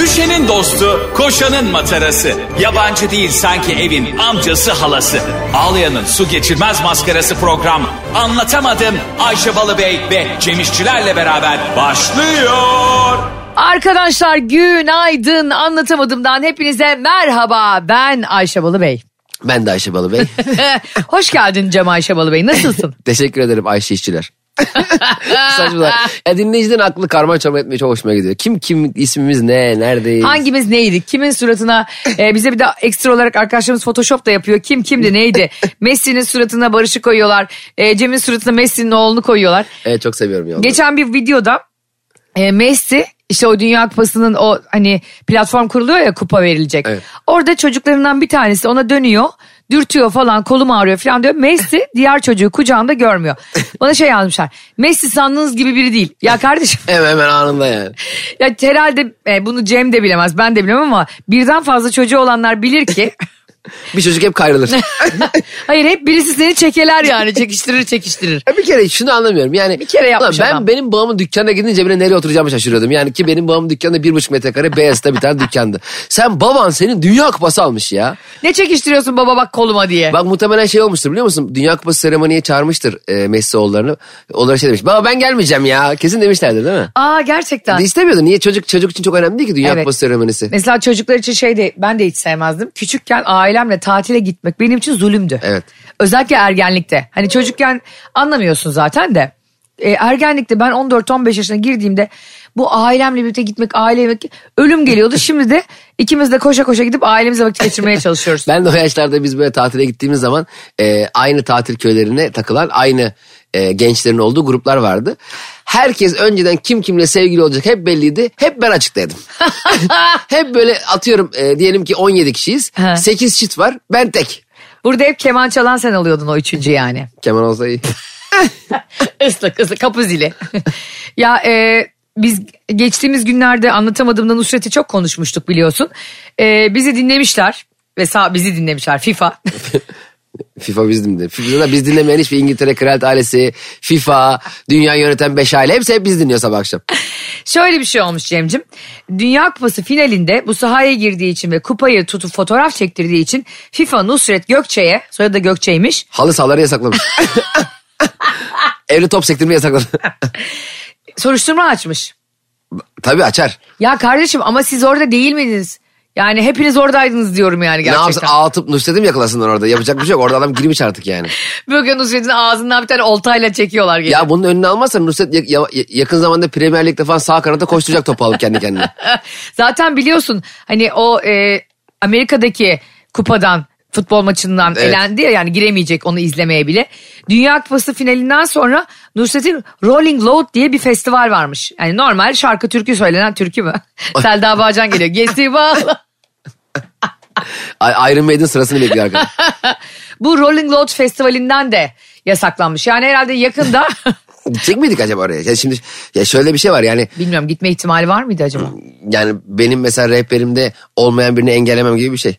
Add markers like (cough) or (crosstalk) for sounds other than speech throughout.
Ayşe'nin dostu, koşanın matarası. Yabancı değil sanki evin amcası halası. Ağlayan'ın su geçirmez maskarası program. Anlatamadım Ayşe Balıbey ve Cemişçilerle beraber başlıyor. Arkadaşlar günaydın anlatamadımdan hepinize merhaba ben Ayşe Balıbey. Ben de (laughs) Ayşe Balıbey. Hoş geldin Cem Ayşe Balıbey nasılsın? Teşekkür ederim Ayşe İşçiler. (laughs) Saçmalar. Ya dinleyiciden aklı karma çorba etmeye çok hoşuma gidiyor. Kim kim ismimiz ne neredeyiz? Hangimiz neydik? Kimin suratına e, bize bir de ekstra olarak arkadaşlarımız Photoshop da yapıyor. Kim kimdi neydi? Messi'nin suratına Barış'ı koyuyorlar. E, Cem'in suratına Messi'nin oğlunu koyuyorlar. Evet çok seviyorum ya. onları. Geçen bir videoda e, Messi işte o Dünya Kupası'nın o hani platform kuruluyor ya kupa verilecek. Evet. Orada çocuklarından bir tanesi ona dönüyor. Dürtüyor falan kolum ağrıyor falan diyor. Messi diğer çocuğu kucağında görmüyor. Bana şey yazmışlar. Messi sandığınız gibi biri değil. Ya kardeşim (laughs) Hemen hemen anında yani. ya herhalde e, bunu Cem de bilemez ben de bilemem ama birden fazla çocuğu olanlar bilir ki. Bir çocuk (laughs) hep kayrılır. Hayır hep birisi seni çekeler yani çekiştirir çekiştirir. Ya bir kere şunu anlamıyorum yani. Bir kere yapmış ben, adam. Benim babamın dükkanına gidince bile nereye oturacağımı şaşırıyordum. Yani ki benim babamın dükkanı bir buçuk metrekare Beyazıt'ta bir tane dükkandı. Sen baban senin dünya kupası almış ya. Ne çekiştiriyorsun baba bak koluma diye. Bak muhtemelen şey olmuştur biliyor musun? Dünya kupası seremoniye çağırmıştır e, Messi oğullarını. Onlara şey demiş. Baba ben gelmeyeceğim ya. Kesin demişlerdir değil mi? Aa gerçekten. De istemiyordu. Niye çocuk çocuk için çok önemli değil ki dünya Evet. kupası seremonisi. Mesela çocuklar için şey de ben de hiç sevmezdim. Küçükken ailemle tatile gitmek benim için zulümdü. Evet. Özellikle ergenlikte. Hani çocukken anlamıyorsun zaten de. E, ergenlikte ben 14-15 yaşına girdiğimde bu ailemle birlikte gitmek, aile yemek ölüm (laughs) geliyordu. Şimdi de ikimiz de koşa koşa gidip ailemize vakit geçirmeye (laughs) çalışıyoruz. Ben de o yaşlarda biz böyle tatile gittiğimiz zaman e, aynı tatil köylerine takılan aynı e, gençlerin olduğu gruplar vardı. Herkes önceden kim kimle sevgili olacak hep belliydi. Hep ben açıklaydım. Ah! hep böyle atıyorum e, diyelim ki 17 kişiyiz. He. 8 çift var ben tek. Burada hep keman çalan sen alıyordun o üçüncü yani. Kemal olsa iyi. Islak ıslak kapı zili. (laughs) ya e, biz geçtiğimiz günlerde anlatamadığımda Nusret'i çok konuşmuştuk biliyorsun. E, bizi dinlemişler. Ve sağ bizi dinlemişler FIFA. (laughs) (laughs) FIFA biz dinledik. FIFA'da biz dinlemeyen hiçbir İngiltere kraliyet ailesi, FIFA, dünya yöneten 5 aile hepsi hep biz dinliyor sabah akşam. Şöyle bir şey olmuş Cem'cim. Dünya Kupası finalinde bu sahaya girdiği için ve kupayı tutup fotoğraf çektirdiği için FIFA Nusret Gökçe'ye, soyadı da Gökçe'ymiş. Halı sahaları yasaklamış. (laughs) Evde top sektirmeyi yasakladı. Soruşturma açmış. Tabii açar. Ya kardeşim ama siz orada değil miydiniz? Yani hepiniz oradaydınız diyorum yani gerçekten. Ne yapsın ağlatıp Nusret'i mi yakalasınlar orada? Yapacak bir şey yok. Orada adam girmiş artık yani. Bugün Nusret'in ağzından bir tane oltayla çekiyorlar. gene. Ya bunun önüne almazsan Nusret ya- ya- yakın zamanda Premier Lig'de falan sağ kanada koşturacak topu alıp kendi kendine. Zaten biliyorsun hani o e, Amerika'daki kupadan futbol maçından Evet. elendi ya yani giremeyecek onu izlemeye bile. Dünya Kupası finalinden sonra Nusret'in Rolling Loud diye bir festival varmış. Yani normal şarkı türkü söylenen türkü mü? Selda Bağcan geliyor. Gezi bağla. A- Iron Maiden sırasını bekliyor arkada. Bu Rolling Loud festivalinden de yasaklanmış. Yani herhalde yakında (laughs) Gidecek miydik acaba oraya? Ya şimdi ya şöyle bir şey var yani bilmiyorum gitme ihtimali var mıydı acaba? yani benim mesela rehberimde olmayan birini engellemem gibi bir şey.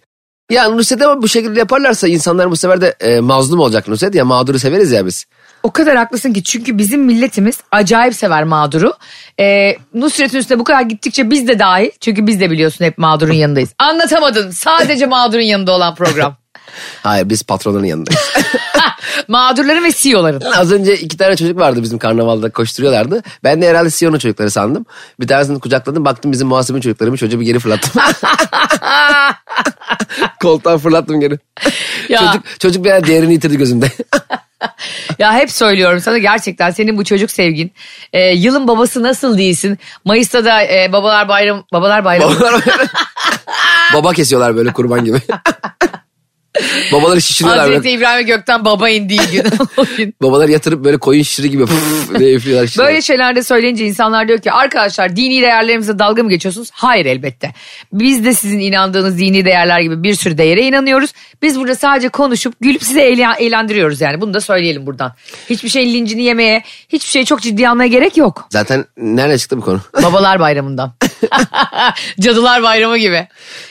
Ya Nusret'e ama bu şekilde yaparlarsa insanlar bu sefer de e, mazlum olacak Nusret. Ya mağduru severiz ya biz. O kadar haklısın ki çünkü bizim milletimiz acayip sever mağduru. Ee, Nusret'in üstüne bu kadar gittikçe biz de dahil. Çünkü biz de biliyorsun hep mağdurun yanındayız. Anlatamadın sadece mağdurun yanında olan program. Hayır biz patronların yanındayız. Mağdurların ve E CEO'ların. Az önce iki tane çocuk vardı bizim karnavalda koşturuyorlardı. Ben de herhalde Siyon'un çocukları sandım. Bir tanesini kucakladım baktım bizim muhasebe çocuklarımı çocuğu bir geri fırlattım. (laughs) Koltuğa fırlattım geri. Ya. Çocuk, çocuk bir an değerini (laughs) yitirdi gözümde. Ya hep söylüyorum sana gerçekten senin bu çocuk sevgin. Ee, yılın babası nasıl değilsin? Mayıs'ta da e, babalar bayram babalar bayramı. Babalar böyle- Baba kesiyorlar böyle kurban gibi. Babaları şişiriyorlar Hazreti böyle. İbrahim Gökten baba indiği gün. (laughs) O gün. Babaları yatırıp böyle koyun şişiri gibi puf diye üflüyorlar. şişiriyorlar. Böyle şeylerde söyleyince insanlar diyor ki arkadaşlar dini değerlerimize dalga mı geçiyorsunuz? Hayır elbette. Biz de sizin inandığınız dini değerler gibi bir sürü değere inanıyoruz. Biz burada sadece konuşup gülüp size eğle- eğlendiriyoruz yani. Bunu da söyleyelim buradan. Hiçbir şeyin lincini yemeye, hiçbir şeyi çok ciddiye almaya gerek yok. Zaten nereden çıktı bu konu? Babalar Bayramı'ndan. (laughs) Cadılar bayramı gibi.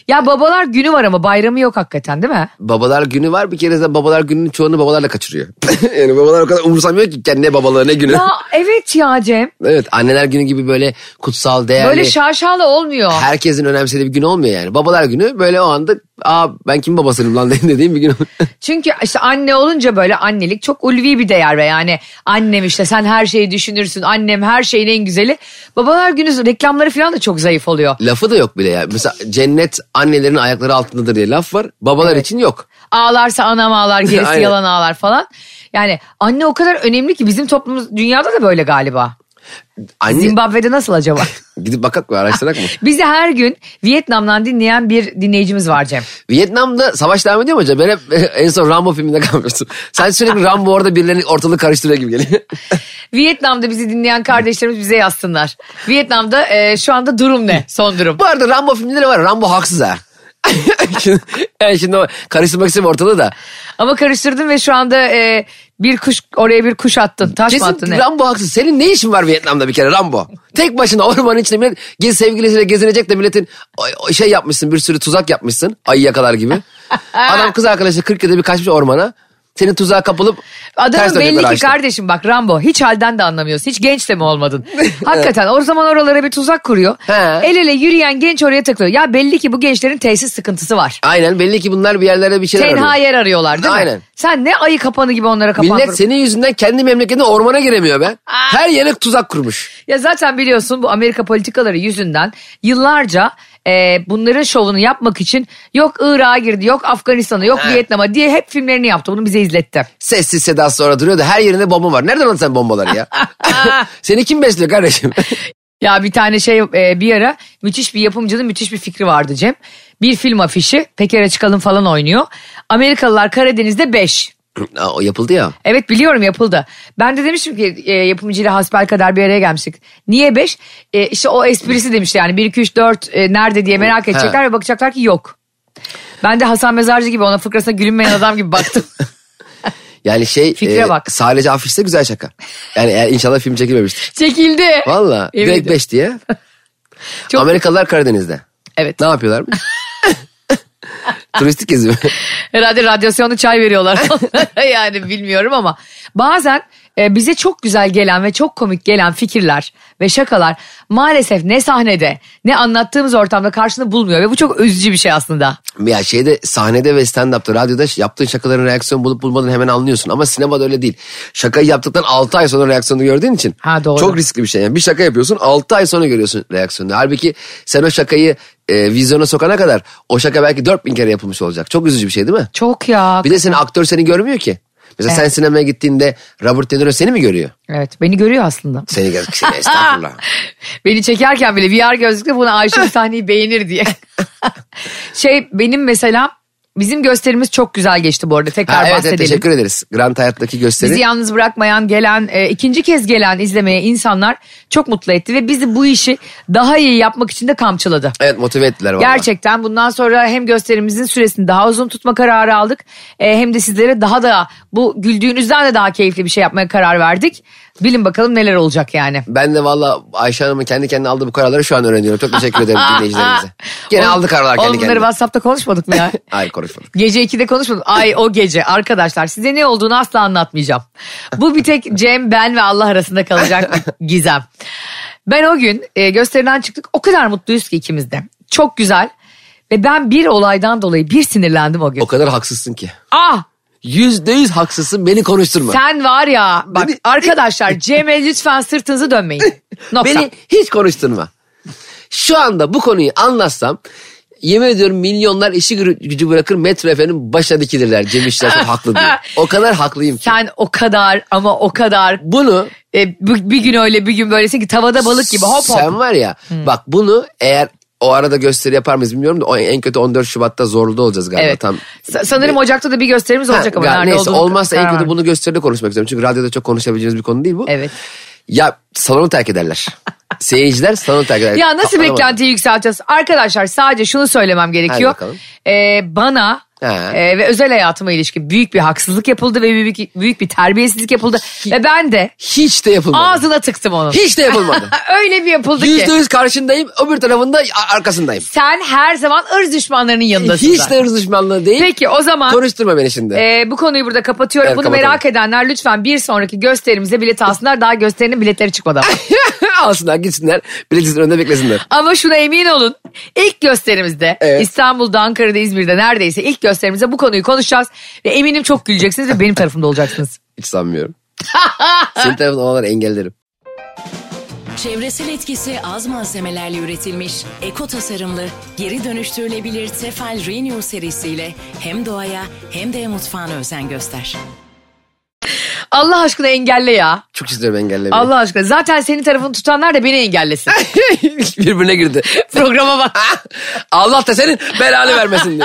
Ya babalar günü var ama bayramı yok hakikaten değil mi? Babalar günü var bir kere de babalar gününün çoğunu babalarla kaçırıyor. (laughs) yani babalar o kadar umursamıyor ki kendi ne babaları ne günü. Ya evet ya Cem. Evet anneler günü gibi böyle kutsal değerli. Böyle şaşalı olmuyor. herkesin önemsediği bir gün olmuyor yani. Babalar günü böyle o anda aa ben kim babasıyım lan (laughs) dediğim bir gün. Çünkü işte anne olunca böyle annelik çok ulvi bir değer ve yani annem işte sen her şeyi düşünürsün annem her şeyin en güzeli. Babalar günü reklamları falan da çok zayıf oluyor. Lafı da yok bile ya. Mesela cennet annelerin ayakları altındadır diye laf var. Babalar için yok. Ağlarsa anam ağlar gerisi Aynen. yalan ağlar falan. Yani anne o kadar önemli ki bizim toplumumuz dünyada da böyle galiba. Anne Zimbabwe'de nasıl acaba? gidip bakak mı araştırak mı? (laughs) Bizi her gün Vietnam'dan dinleyen bir dinleyicimiz var Cem. Vietnam'da savaş devam ediyor mu acaba? Ben hep (laughs) en son Rambo filminde kalmıştım. Sen sürekli Rambo orada birilerini ortalığı karıştırıyor gibi geliyor. (laughs) Vietnam'da bizi dinleyen kardeşlerimiz bize yazsınlar. Vietnam'da e, şu anda durum ne? Son durum. Bu arada Rambo filmleri var. Rambo haksız ha. (laughs) şimdi, yani şimdi o- karıştırmak istemiyorum ortalığı da. Ama karıştırdın ve şu anda e, bir kuş oraya bir kuş attın. Taş mı attın? Kesin ne? Rambo haksız. Senin ne işin var Vietnam'da bir kere Rambo? Tek başına ormanın içinde millet gez sevgilisiyle gezinecek de milletin ay- ay- şey yapmışsın bir sürü tuzak yapmışsın. Ayı (laughs) yakalar gibi. Adam kız arkadaşı 40 yılda bir kaçmış ormana. Senin tuzağa kapılıp ters Adamın dönecekler belli ki ağaçta. kardeşim bak Rambo hiç halden de anlamıyorsun. Hiç genç de mi (laughs) olmadın? Hakikaten o zaman oralara bir tuzak kuruyor. He. El ele yürüyen genç oraya takılıyor. Ya belli ki bu gençlerin tesis sıkıntısı var. Aynen belli ki bunlar bir yerlerde bir şeyler Tenha arıyor. yer arıyorlar değil mi? Aynen. Sen ne ayı kapanı gibi onlara kapan Millet kur- senin yüzünden kendi memleketinde ormana giremiyor be. Her yere tuzak kurmuş. Ya zaten biliyorsun bu Amerika politikaları yüzünden yıllarca e, bunların şovunu yapmak için yok Irak'a girdi, yok Afganistan'a, yok He. Vietnam'a diye hep filmlerini yaptı. Bunu bize izletti. Sessiz sedasız sonra duruyor da her yerinde bomba var. Nereden aldın sen (laughs) bombaları ya? (laughs) Seni kim besliyor kardeşim? (laughs) Ya bir tane şey e, bir ara müthiş bir yapımcının müthiş bir fikri vardı Cem. Bir film afişi Peker'e çıkalım falan oynuyor. Amerikalılar Karadeniz'de 5. Aa, o yapıldı ya. Evet biliyorum yapıldı. Ben de demiştim ki e, yapımcıyla hasbelkader bir araya gelmiştik. Niye 5? E, işte o esprisi demişti yani 1, 2, 3, 4 e, nerede diye merak edecekler ve bakacaklar ki yok. Ben de Hasan Mezarcı gibi ona fıkrasına gülünmeyen adam gibi baktım. Yani şey Fikre e, bak. sadece afişte güzel şaka. Yani eğer inşallah (laughs) film çekilmemiştir. Çekildi. Valla Evet. direkt 5 diye. (laughs) Çok- Amerikalılar Karadeniz'de. Evet. Ne yapıyorlar? (laughs) Turistik gezi mi? Herhalde radyasyonlu çay (laughs) veriyorlar. yani bilmiyorum ama bazen e, bize çok güzel gelen ve çok komik gelen fikirler ve şakalar maalesef ne sahnede ne anlattığımız ortamda karşını bulmuyor ve bu çok üzücü bir şey aslında. (laughs) ya şeyde sahnede ve stand-up'ta radyoda yaptığın şakaların reaksiyon bulup bulmadığını hemen anlıyorsun. Ama sinemada öyle değil. Şakayı yaptıktan 6 ay sonra reaksiyonunu gördüğün için Ha, doğru. çok riskli bir şey. Yani bir şaka yapıyorsun 6 ay sonra görüyorsun reaksiyonunu. Halbuki sen o şakayı e, vizyona sokana kadar o şaka belki 4000 kere yapılmış olacak. Çok üzücü bir şey değil mi? Çok ya. Bir de senin aktör seni görmüyor ki. Mesela sen Evet. sinemaya gittiğinde Robert De Niro seni mi görüyor? Evet beni görüyor aslında. (laughs) Seni gör. Seni estağfurullah. Beni çekerken bile VR gözlükle buna Ayşe bu sahneyi beğenir (laughs) diye. şey benim mesela bizim gösterimiz çok güzel geçti bu arada tekrar Ha, evet, bahsedelim. evet teşekkür ederiz. Grand Hayat'taki gösteri. Bizi yalnız bırakmayan gelen e, ikinci kez gelen izlemeye insanlar çok mutlu etti ve bizi bu işi daha iyi yapmak için de kamçıladı. Evet motive ettiler valla. Gerçekten bundan sonra hem gösterimizin süresini daha uzun tutma kararı aldık e, hem de sizlere daha da bu güldüğünüzden de daha keyifli bir şey yapmaya karar verdik. Bilin bakalım neler olacak yani. Ben de valla Ayşe Hanım'ın kendi kendine aldığı bu kararları şu an öğreniyorum. Çok (laughs) teşekkür ederim dinleyicilerimize. Gene Oğlum- aldı kararlar oğlum kendi bunları kendine. WhatsApp'ta konuşmadık mı (laughs) ya? Hayır konuşmadık. Gece 2'de konuşmadım. Ay o gece arkadaşlar size ne olduğunu asla anlatmayacağım. Bu bir tek Cem, ben ve Allah arasında kalacak bir gizem. Ben o gün e, gösteriden çıktık. O kadar mutluyuz ki ikimiz de. Çok güzel. Ve ben bir olaydan dolayı bir sinirlendim o gün. O kadar haksızsın ki. Ah Yüzde yüz haksızsın beni konuşturma. sen var ya bak Beni- arkadaşlar Cem'e lütfen sırtınızı dönmeyin. Nokta. Beni hiç konuşturma. Şu anda bu konuyu anlatsam yemin ediyorum milyonlar işi gü- gücü bırakır metro efendim başa dikilirler. Cem İşler çok (laughs) haklı diyor. O kadar haklıyım ki. Sen o kadar ama o kadar Bunu e, bu- bir gün öyle bir gün böylesin ki tavada balık gibi hop Hmm. hop. Sen var ya bak bunu eğer o arada gösteri yapar mıyız bilmiyorum da o- en kötü 14 Şubat'ta zorlu olacağız galiba Evet. tam. Sa- Sanırım Ocak'ta da bir gösterimiz olacak ama. Ha, nerede neyse olduğunu olmazsa en karar kötü vermem. bunu gösteride konuşmak istiyorum. Çünkü radyoda çok konuşabileceğimiz bir konu değil bu. Evet. Ya salonu (laughs) terk ederler. Seyirciler salonu terk ederler. Ya nasıl Anlamadım. beklentiyi yükselteceğiz? Arkadaşlar sadece şunu söylemem gerekiyor. bakalım. Ee, bana He. Ee, ve özel hayatıma ilişkin büyük bir haksızlık yapıldı ve büyük, büyük bir terbiyesizlik yapıldı. Ve ben de Hiç de yapılmadı. ağzına tıktım onun. Hiç (laughs) de yapılmadı. Öyle bir yapıldı ki. %100 karşındayım öbür tarafında a- arkasındayım. Sen her zaman ırz düşmanlarının yanındasın. Hiç zaten. de hırs düşmanlığı değil. Peki o zaman Konuşturma beni şimdi. e, bu konuyu burada kapatıyorum. Evet, Bunu kapatalım. merak edenler lütfen bir sonraki gösterimize bilet alsınlar. Daha gösterinin biletleri çıkmadı ama. (laughs) Alsınlar gitsinler biletin önünde beklesinler. Ama şuna emin olun ilk gösterimizde Evet. İstanbul'da, Ankara'da, İzmir'de neredeyse ilk gösterimizde bu konuyu konuşacağız. Ve eminim çok güleceksiniz ve benim tarafımda olacaksınız. (laughs) Hiç sanmıyorum. Senin tarafından olanları engellerim. Çevresel etkisi az malzemelerle üretilmiş, eko tasarımlı, geri dönüştürülebilir Tefal Renew serisiyle hem doğaya hem de mutfağına özen göster. Allah aşkına engelle ya. Çok istiyorum engellemeyi. Allah aşkına. Zaten senin tarafını tutanlar da beni engellesin. (laughs) Birbirine girdi. Programa (laughs) bak. Allah da senin belanı (laughs) vermesin diye.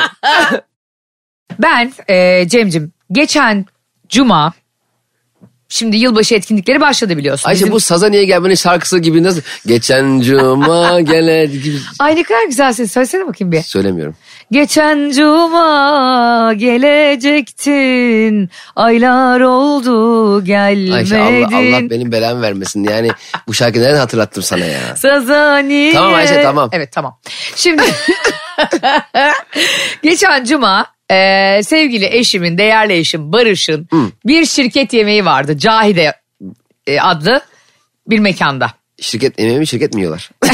Ben e, Cem'cim geçen cuma şimdi yılbaşı etkinlikleri başladı biliyorsun. Ayşe Bizim- bu saza niye gelmenin şarkısı gibi nasıl? Geçen cuma gele gibi Ay ne kadar güzelsin söylesene bakayım bir. söylemiyorum. Geçen cuma gelecektin aylar oldu gelmedin. Ayşe Allah, Allah benim belamı vermesin. Yani bu şarkıyı nereden hatırlattım sana ya? Sazaniye. Tamam Ayşe, tamam. Evet tamam. Şimdi (laughs) geçen cuma e, sevgili eşimin, değerli eşim Barış'ın bir şirket yemeği vardı. Cahide e, adlı bir mekanda. Şirket yemeği mi şirket mi yiyorlar? (laughs)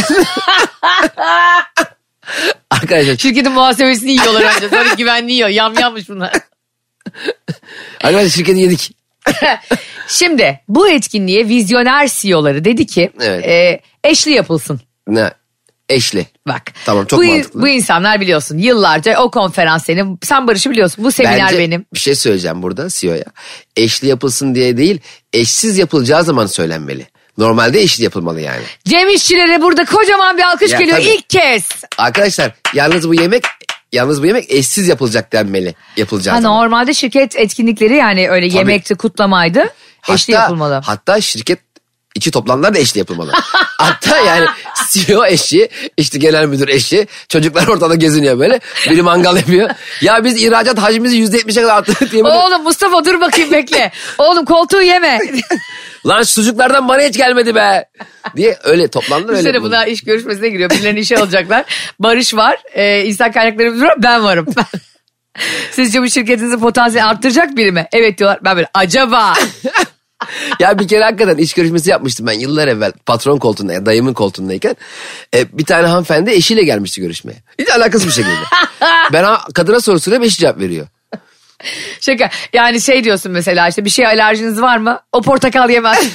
arkadaşlar, Şirketin muhasebesini yiyorlar (laughs) önce. Sonra güvenliği yiyor. Yam yammış bunlar. (laughs) arkadaşlar şirketi yedik. Şimdi bu etkinliğe vizyoner CEO'ları dedi ki Evet. e, eşli yapılsın. Ne? Eşli. Bak. Tamam, çok bu, in- mantıklı. Bu insanlar biliyorsun yıllarca o konferans senin. Sen Barış'ı biliyorsun. Bu seminer Bence benim. bir şey söyleyeceğim burada CEO'ya. Eşli yapılsın diye değil, eşsiz yapılacağı zaman söylenmeli. Normalde eşli yapılmalı yani. Cem İşçilere burada kocaman bir alkış Ya, geliyor tabii. ilk kez. Arkadaşlar yalnız bu yemek yalnız bu yemek eşsiz yapılacak denmeli. Yapılacağı Ha, zaman. normalde şirket etkinlikleri yani öyle Tabii. yemekti kutlamaydı. eşli yapılmalı. Hatta şirket içi toplantılar da eşli yapılmalı. (laughs) hatta yani CEO eşi, işte genel müdür eşi, çocuklar ortada geziniyor böyle. Biri mangal yapıyor. Ya biz ihracat hacmimizi yüzde yetmişe kadar arttırdık diye böyle. Oğlum Mustafa dur bakayım bekle. (laughs) Oğlum koltuğu yeme. (laughs) Lan şu sucuklardan bana hiç gelmedi be. Diye öyle toplantılar öyle. Düşünsene yapılmalı. bunlar iş görüşmesine giriyor. Birilerini işe alacaklar. Barış var. E, insan kaynakları müdürü var. Ben varım. (laughs) Sizce bu şirketinizin potansiyeli arttıracak biri mi? Evet diyorlar. Ben böyle (laughs) acaba. ya bir kere hakikaten iş görüşmesi yapmıştım ben yıllar evvel patron koltuğunda ya dayımın koltuğundayken. E, bir tane hanımefendi eşiyle gelmişti görüşmeye. Hiç alakasız (laughs) bir şekilde. ben ha- kadına soru soruyorum eşi cevap veriyor. Şaka. Yani şey diyorsun mesela işte bir şey alerjiniz var mı? O portakal (laughs) yemez.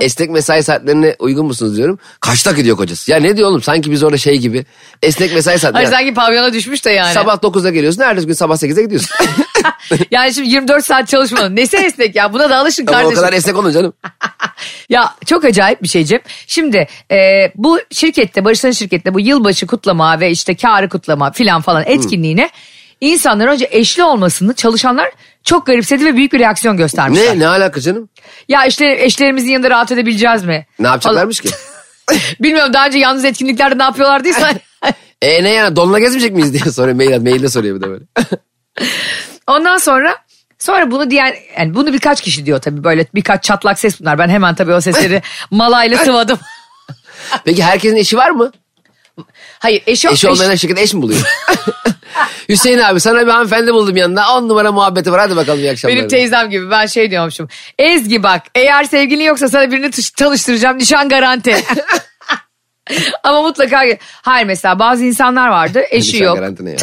Esnek mesai saatlerine uygun musunuz diyorum. Kaçta gidiyor kocası? Ya ne diyor oğlum sanki biz orada şey gibi. Esnek mesai saatleri. Ay sanki pavyona düşmüş de yani. Sabah 9'da geliyorsun ertesi gün sabah (laughs) 8'e gidiyorsun. Yani şimdi 24 saat çalışmanın nesi esnek ya? Buna da alışın Ama o kardeşim. kadar esnek olun canım. (laughs) Ya çok acayip bir şey Cem. Şimdi e, bu şirkette Barış'ın şirkette bu yılbaşı kutlama ve işte karı kutlama filan falan etkinliğine insanlar önce eşli olmasını çalışanlar çok garipsedi ve büyük bir reaksiyon göstermişler. Ne ne alaka canım? Ya işte eşlerimizin yanında rahat edebileceğiz mi? Ne yapacaklarmış ki? Falan. Bilmiyorum daha önce yalnız etkinliklerde ne yapıyorlardıysa. (laughs) E ne yani donla gezmeyecek miyiz diye soruyor. Mail, mailde soruyor bir de böyle. Ondan sonra sonra bunu diyen yani bunu birkaç kişi diyor tabii böyle birkaç çatlak ses bunlar. Ben hemen tabii o (laughs) sesleri malayla sıvadım. Peki herkesin eşi var mı? Hayır eşi, Eşi olmayan şirket eş mi buluyor? (laughs) Hüseyin abi sana bir hanımefendi buldum yanında. On numara muhabbeti var hadi bakalım iyi akşamlar. Benim teyzem gibi ben şey diyormuşum. Ezgi bak eğer sevgilin yoksa sana birini tuş- tanıştıracağım nişan garanti. (laughs) Ama mutlaka hayır mesela bazı insanlar vardı (laughs) eşi Nişan yok. garantine ya.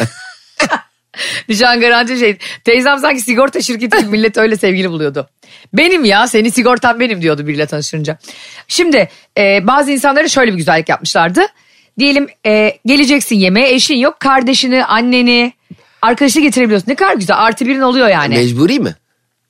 Nişan garanti şey. Teyzem sanki sigorta şirketi gibi millet öyle sevgili buluyordu. Benim ya seni sigortan benim diyordu biriyle tanışınca. Şimdi e, bazı insanlara şöyle bir güzellik yapmışlardı. Diyelim e, geleceksin yemeğe eşin yok kardeşini anneni arkadaşını getirebiliyorsun. Ne kadar güzel artı birin oluyor yani. Mecburi mi?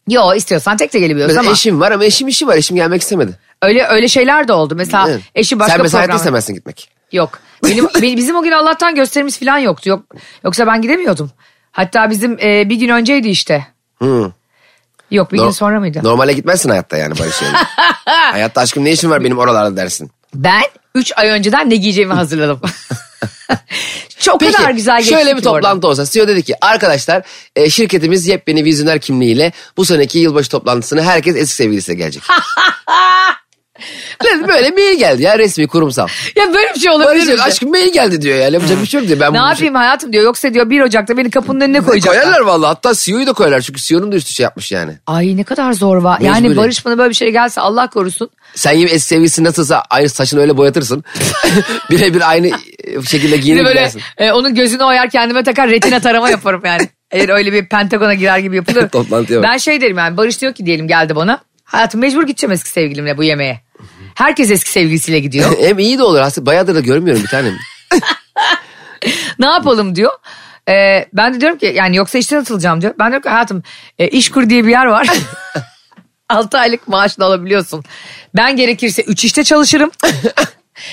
Yo istiyorsan tek de gelebiliyorsun Mesela ama. eşim var ama eşim işi var. Eşim gelmek istemedi. Öyle öyle şeyler de oldu. Mesela Evet. eşi başka Sen mesela hayatta programa- istemezsin gitmek. Yok. (laughs) Benim, benim- bizim o gün Allah'tan gösterimiz falan yoktu. Yok, yoksa ben gidemiyordum. Hatta bizim e, bir gün önceydi işte. Hı. Yok bir gün No- sonra mıydı? Normale gitmezsin hayatta yani (laughs) Barış yani. hayatta aşkım ne işin var benim oralarda dersin. (laughs) Ben 3 ay önceden ne giyeceğimi hazırladım. Çok Peki, kadar güzel geçti şöyle ki bir toplantı olsa CEO dedi ki arkadaşlar e, şirketimiz yepyeni vizyoner kimliğiyle bu seneki yılbaşı toplantısına herkes eski (laughs) sevgilisiyle gelecek. Lan böyle mail geldi ya resmi kurumsal. Ya böyle bir şey olabilir Barış mi? diyor, aşkım mail geldi diyor (laughs) ya yapacak bir şey yok diyor. Ben Ne bunu- yapayım hayatım diyor. Yoksa diyor 1 Ocak'ta beni kapının önüne koyacaklar. Koyarlar vallahi hatta CEO'yu da koyarlar çünkü CEO'nun da üstü şey yapmış yani. Ay ne kadar zor var. Yani Mecburi. Barış bana böyle bir şey gelse Allah korusun. Sen yine eski sevgilisi nasılsa aynı saçını öyle boyatırsın. (laughs) Birebir aynı e, şekilde Bir de giyinip böyle gidersin. e, onun gözünü oyar kendime takar retina tarama yaparım (laughs) yani. Eğer öyle bir pentagona girer gibi yapılır. Toplantıya bak. ben şey derim yani Barış diyor ki diyelim geldi bana. Hayatım mecbur gideceğim eski sevgilimle bu yemeğe. Herkes eski sevgilisiyle gidiyor. (laughs) Hem iyi de olur aslında bayağıdır da görmüyorum bir tanem. ne yapalım diyor. E, ben de diyorum ki yani yoksa işten atılacağım diyor. Ben diyorum ki hayatım e, işkur diye bir yer var. (laughs) 6 aylık maaşını alabiliyorsun. Ben gerekirse 3 işte çalışırım.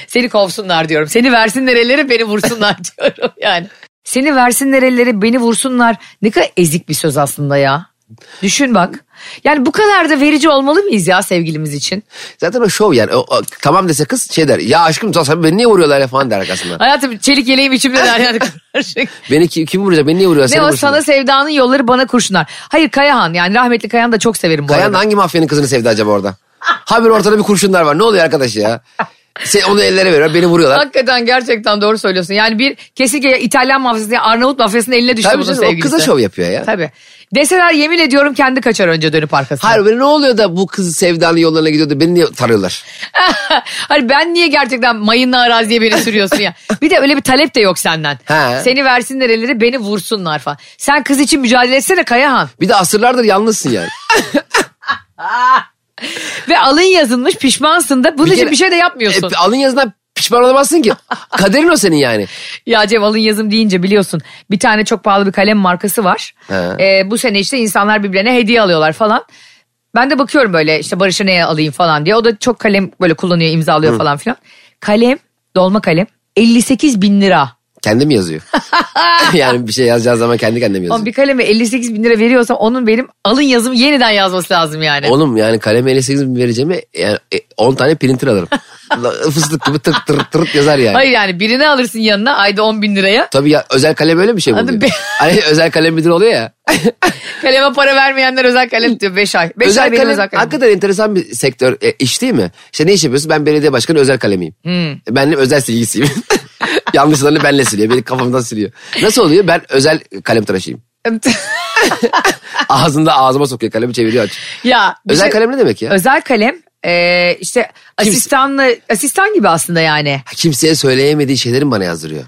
Seni kovsunlar diyorum. Seni versinler elleri beni vursunlar (laughs) diyorum yani. Seni versinler elleri beni vursunlar. Ne kadar ezik bir söz aslında ya. Düşün bak. Yani bu kadar da verici olmalı mıyız ya sevgilimiz için? Zaten o şov yani. O, o tamam dese kız şey der. Ya aşkım sen beni niye vuruyorlar ya falan der arkasından. Hayatım çelik yeleğim içimde der yani. Beni ki- kim vuracak beni niye vuruyor? ne Seni o vursunlar. sana sevdanın yolları bana kurşunlar. Hayır Kayahan yani rahmetli Kayahan'ı da çok severim bu Kayan arada. hangi mafyanın kızını sevdi acaba orada? Habire ortada bir kurşunlar var. Ne oluyor arkadaş ya? Sen onu ellere veriyor beni vuruyorlar. Hakikaten gerçekten doğru söylüyorsun. Yani bir kesinlikle İtalyan mafyası diye Arnavut mafyasının eline düştü Tabii bunun canım, o sevgilisi. kıza şov yapıyor ya. Tabii. Deseler yemin ediyorum kendi kaçar önce dönüp arkasına. (laughs) Hayır böyle ne oluyor da bu kız sevdanın yollarına gidiyordu beni niye tarıyorlar? hani ben niye gerçekten mayınla araziye beni sürüyorsun (laughs) ya. Bir de öyle bir talep de yok senden. He. Seni versinler elleri beni vursunlar falan. Sen kız için mücadele etsene Kayahan. Bir de asırlardır yalnızsın yani. Ve alın yazılmış pişmansın da bunun Bir için kere- bir şey de (laughs) yapmıyorsun. E, alın yazından pişman olamazsın ki. Kaderin o senin yani. Ya Cem alın yazım deyince biliyorsun bir tane çok pahalı bir kalem markası var. He. Ee, bu sene işte insanlar birbirlerine hediye alıyorlar falan. Ben de bakıyorum böyle işte Barış'a neye alayım falan diye. O da çok kalem böyle kullanıyor imzalıyor falan filan. Kalem dolma kalem 58 bin lira. (laughs) Kendim yazıyor. (laughs) yani bir şey yazacağı zaman kendi kendim yazıyor. Ama bir kaleme 58 bin lira veriyorsam onun benim alın yazımı yeniden yazması lazım yani. Oğlum yani kaleme 58 bin vereceğime yani e, 10 tane printer alırım. La- Fıstık gibi tırt tırt tırt yazar yani. Hayır yani birini alırsın yanına ayda 10 bin liraya. Tabii ya özel kalem öyle bir şey mi Adı oluyor? be- Hani özel kalem müdür oluyor ya. Kaleme para vermeyenler özel kalem diyor 5 ay. 5 ay özel benim kalem, özel kalem. hakikaten enteresan bir sektör e, iş değil mi? İşte ne iş yapıyorsun? Ben belediye başkanı özel kalemiyim. Hmm. E, Ben de özel silgisiyim. (laughs) Yanlışlarını benle siliyor. Beni kafamdan siliyor. Nasıl oluyor? Ben özel kalem tıraşıyım. Ağzında ağzıma sokuyor kalemi çeviriyor aç. (laughs) ya bir Özel şey- kalem ne demek ya? Özel kalem e, işte asistanla asistan gibi aslında yani Kimseye söyleyemediği şeyleri bana yazdırıyor.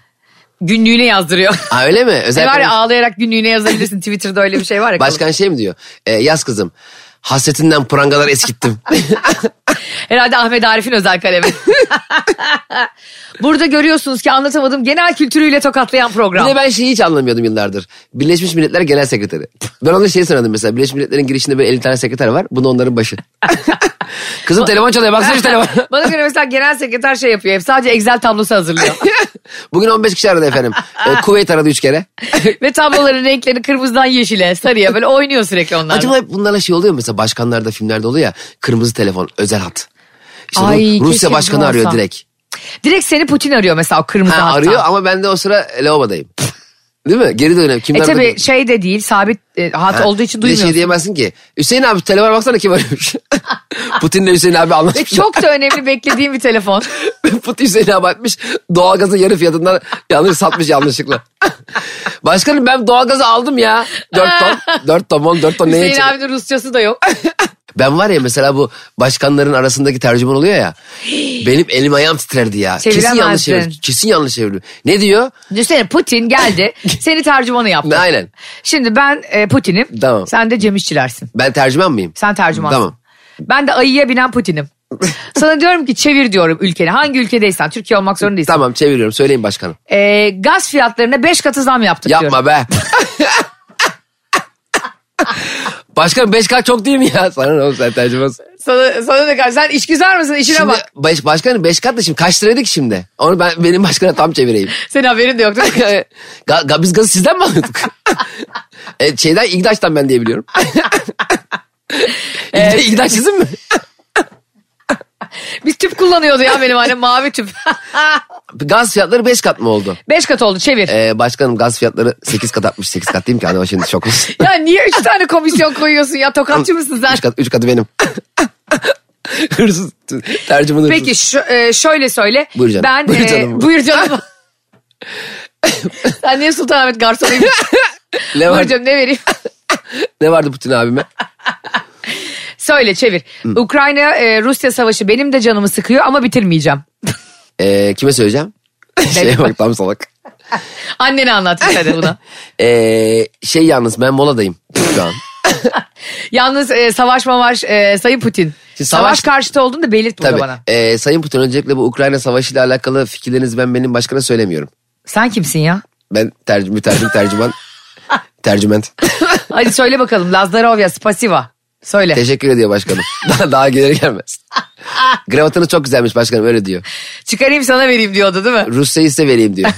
günlüğüne (laughs) yazdırıyor. Ha öyle mi? Özel E var kalem- ya ağlayarak günlüğüne yazabilirsin Twitter'da öyle bir şey var ya. Başkan şey mi diyor? E, yaz kızım. Hasretinden (laughs) prangalar eskittim. Herhalde Ahmet Arif'in özel (laughs) kalemi. Burada görüyorsunuz ki anlatamadım genel kültürüyle tokatlayan bir program. de ben şeyi hiç anlamıyordum yıllardır. Birleşmiş Milletler Genel Sekreteri. Ben ona şey sanıyordum mesela. Birleşmiş Milletler'in girişinde böyle 50 tane sekreter var. Bu da onların (laughs) başı. kızım telefon çalıyor. Baksana şu telefon. Bana göre mesela genel sekreter şey yapıyor. Hep sadece Excel tablosu (laughs) hazırlıyor. Bugün 15 kişi aradı efendim. E, Kuveyt aradı 3 kere. Ve tabloların renklerini kırmızıdan yeşile, sarıya böyle oynuyor sürekli onlar. Acaba hep bunlarla şey oluyor mu? Mesela başkanlarda filmlerde oluyor ya. Kırmızı telefon, özel hat. İşte Ay, Ru- keşke Rusya başkanı bizim arıyor olsa. direkt. Direkt seni Putin arıyor mesela o kırmızı E Ha, hatta. arıyor ama ben de o sıra lavabodayım. Değil mi? Geri dönüyorum. E Kimler tabi şey de değil sabit e, hat Ha, olduğu için bir de duymuyorsun. şey diyemezsin ki. Hüseyin abi telefona baksana kim arıyormuş. (laughs) Putin'le Hüseyin abi Ve anlaşmış. çok da önemli beklediğim bir (laughs) telefon. Putin Hüseyin abi atmış. Doğalgazı yarı fiyatından yanlış satmış yanlışlıkla. (laughs) Başkanım ben doğalgazı aldım ya. 4 ton. 4 ton 10 4 ton neye Hüseyin için? abinin Rusçası da yok. (laughs) Ben var ya mesela bu başkanların arasındaki tercüman (gasps) oluyor ya. benim elim ayağım titrerdi ya. Kesin yanlış Çeviremezsin. çevir. Kesin yanlış çeviriyor. Ne diyor? Düşünsene Putin geldi seni tercümanı yaptı. Aynen. Şimdi ben e, Putin'im. Tamam. Sen de Cem İşçilersin. Ben tercüman mıyım? Sen tercümansın. Tamam. Ben de ayıya binen (laughs) Putin'im. Sana diyorum ki çevir diyorum ülkeni. Hangi ülkedeysen Türkiye olmak zorunda değilsin. Tamam çeviriyorum. Söyleyin başkanım. E, gaz fiyatlarına 5 katı zam yaptık diyorum. Yapma be. Başkanım 5 kat çok değil mi ya? Sana ne oğlum sen tercümansın. Sana, sana ne kadar sen işgüzar mısın işine Şimdi bak. baş, başkanım 5 kat da şimdi kaç liraydı ki şimdi? Onu ben benim başkana tam çevireyim. (laughs) Senin haberin de yok değil mi? (laughs) Ga- ga- biz gazı sizden (laughs) mi alıyorduk? e, şeyden İgdaş'tan ben diye biliyorum. İgda- İgdaş sizin mi? Biz tüp kullanıyordu ya benim annem mavi (laughs) tüp. Gaz fiyatları 5 kat mı oldu? Beş kat oldu çevir. Ee, başkanım gaz fiyatları 8 kat artmış. 8 kat diyeyim ki hani o şimdi (laughs) şok olsun. Ya niye üç tane komisyon koyuyorsun ya tokatçı mısın sen? 3 kat, üç katı benim. (laughs) hırsız. Tercüman hırsız. Peki şu- e, şöyle söyle. Buyur canım. Ben, Buyur e, (laughs) canım. buyur (laughs) canım. sen niye Sultanahmet garsonuyum? Ne, buyur var, canım ne vereyim? (laughs) ne vardı Putin abime? Söyle çevir. Ukrayna e, Rusya savaşı benim de canımı sıkıyor ama bitirmeyeceğim. (laughs) Ee, kime (laughs) söyleyeceğim? Şeye bak tam salak. Anneni anlat bir kere (laughs) buna. Ee, şey yalnız ben moladayım şu (laughs) an. Yalnız e, savaş mavaş e, Sayın Putin. Şimdi savaş, savaş- karşıtı olduğunu da belirt burada Tabii. bana. Ee, Sayın Putin öncelikle bu Ukrayna Savaşı ile alakalı fikirlerinizi ben benim başkana söylemiyorum. Sen kimsin (laughs) ya? Ben tercüm, mütercim (laughs) tercüman. tercüment. Hadi söyle bakalım Lazdarovya Spasiva. Söyle. Teşekkür ediyor (laughs) başkanım. Daha, daha gelir gelmez. Gravatınız çok güzelmiş başkanım öyle diyor. Çıkarayım sana vereyim diyordu (laughs) değil mi? (laughs) Rusya'yı size vereyim (laughs) diyor.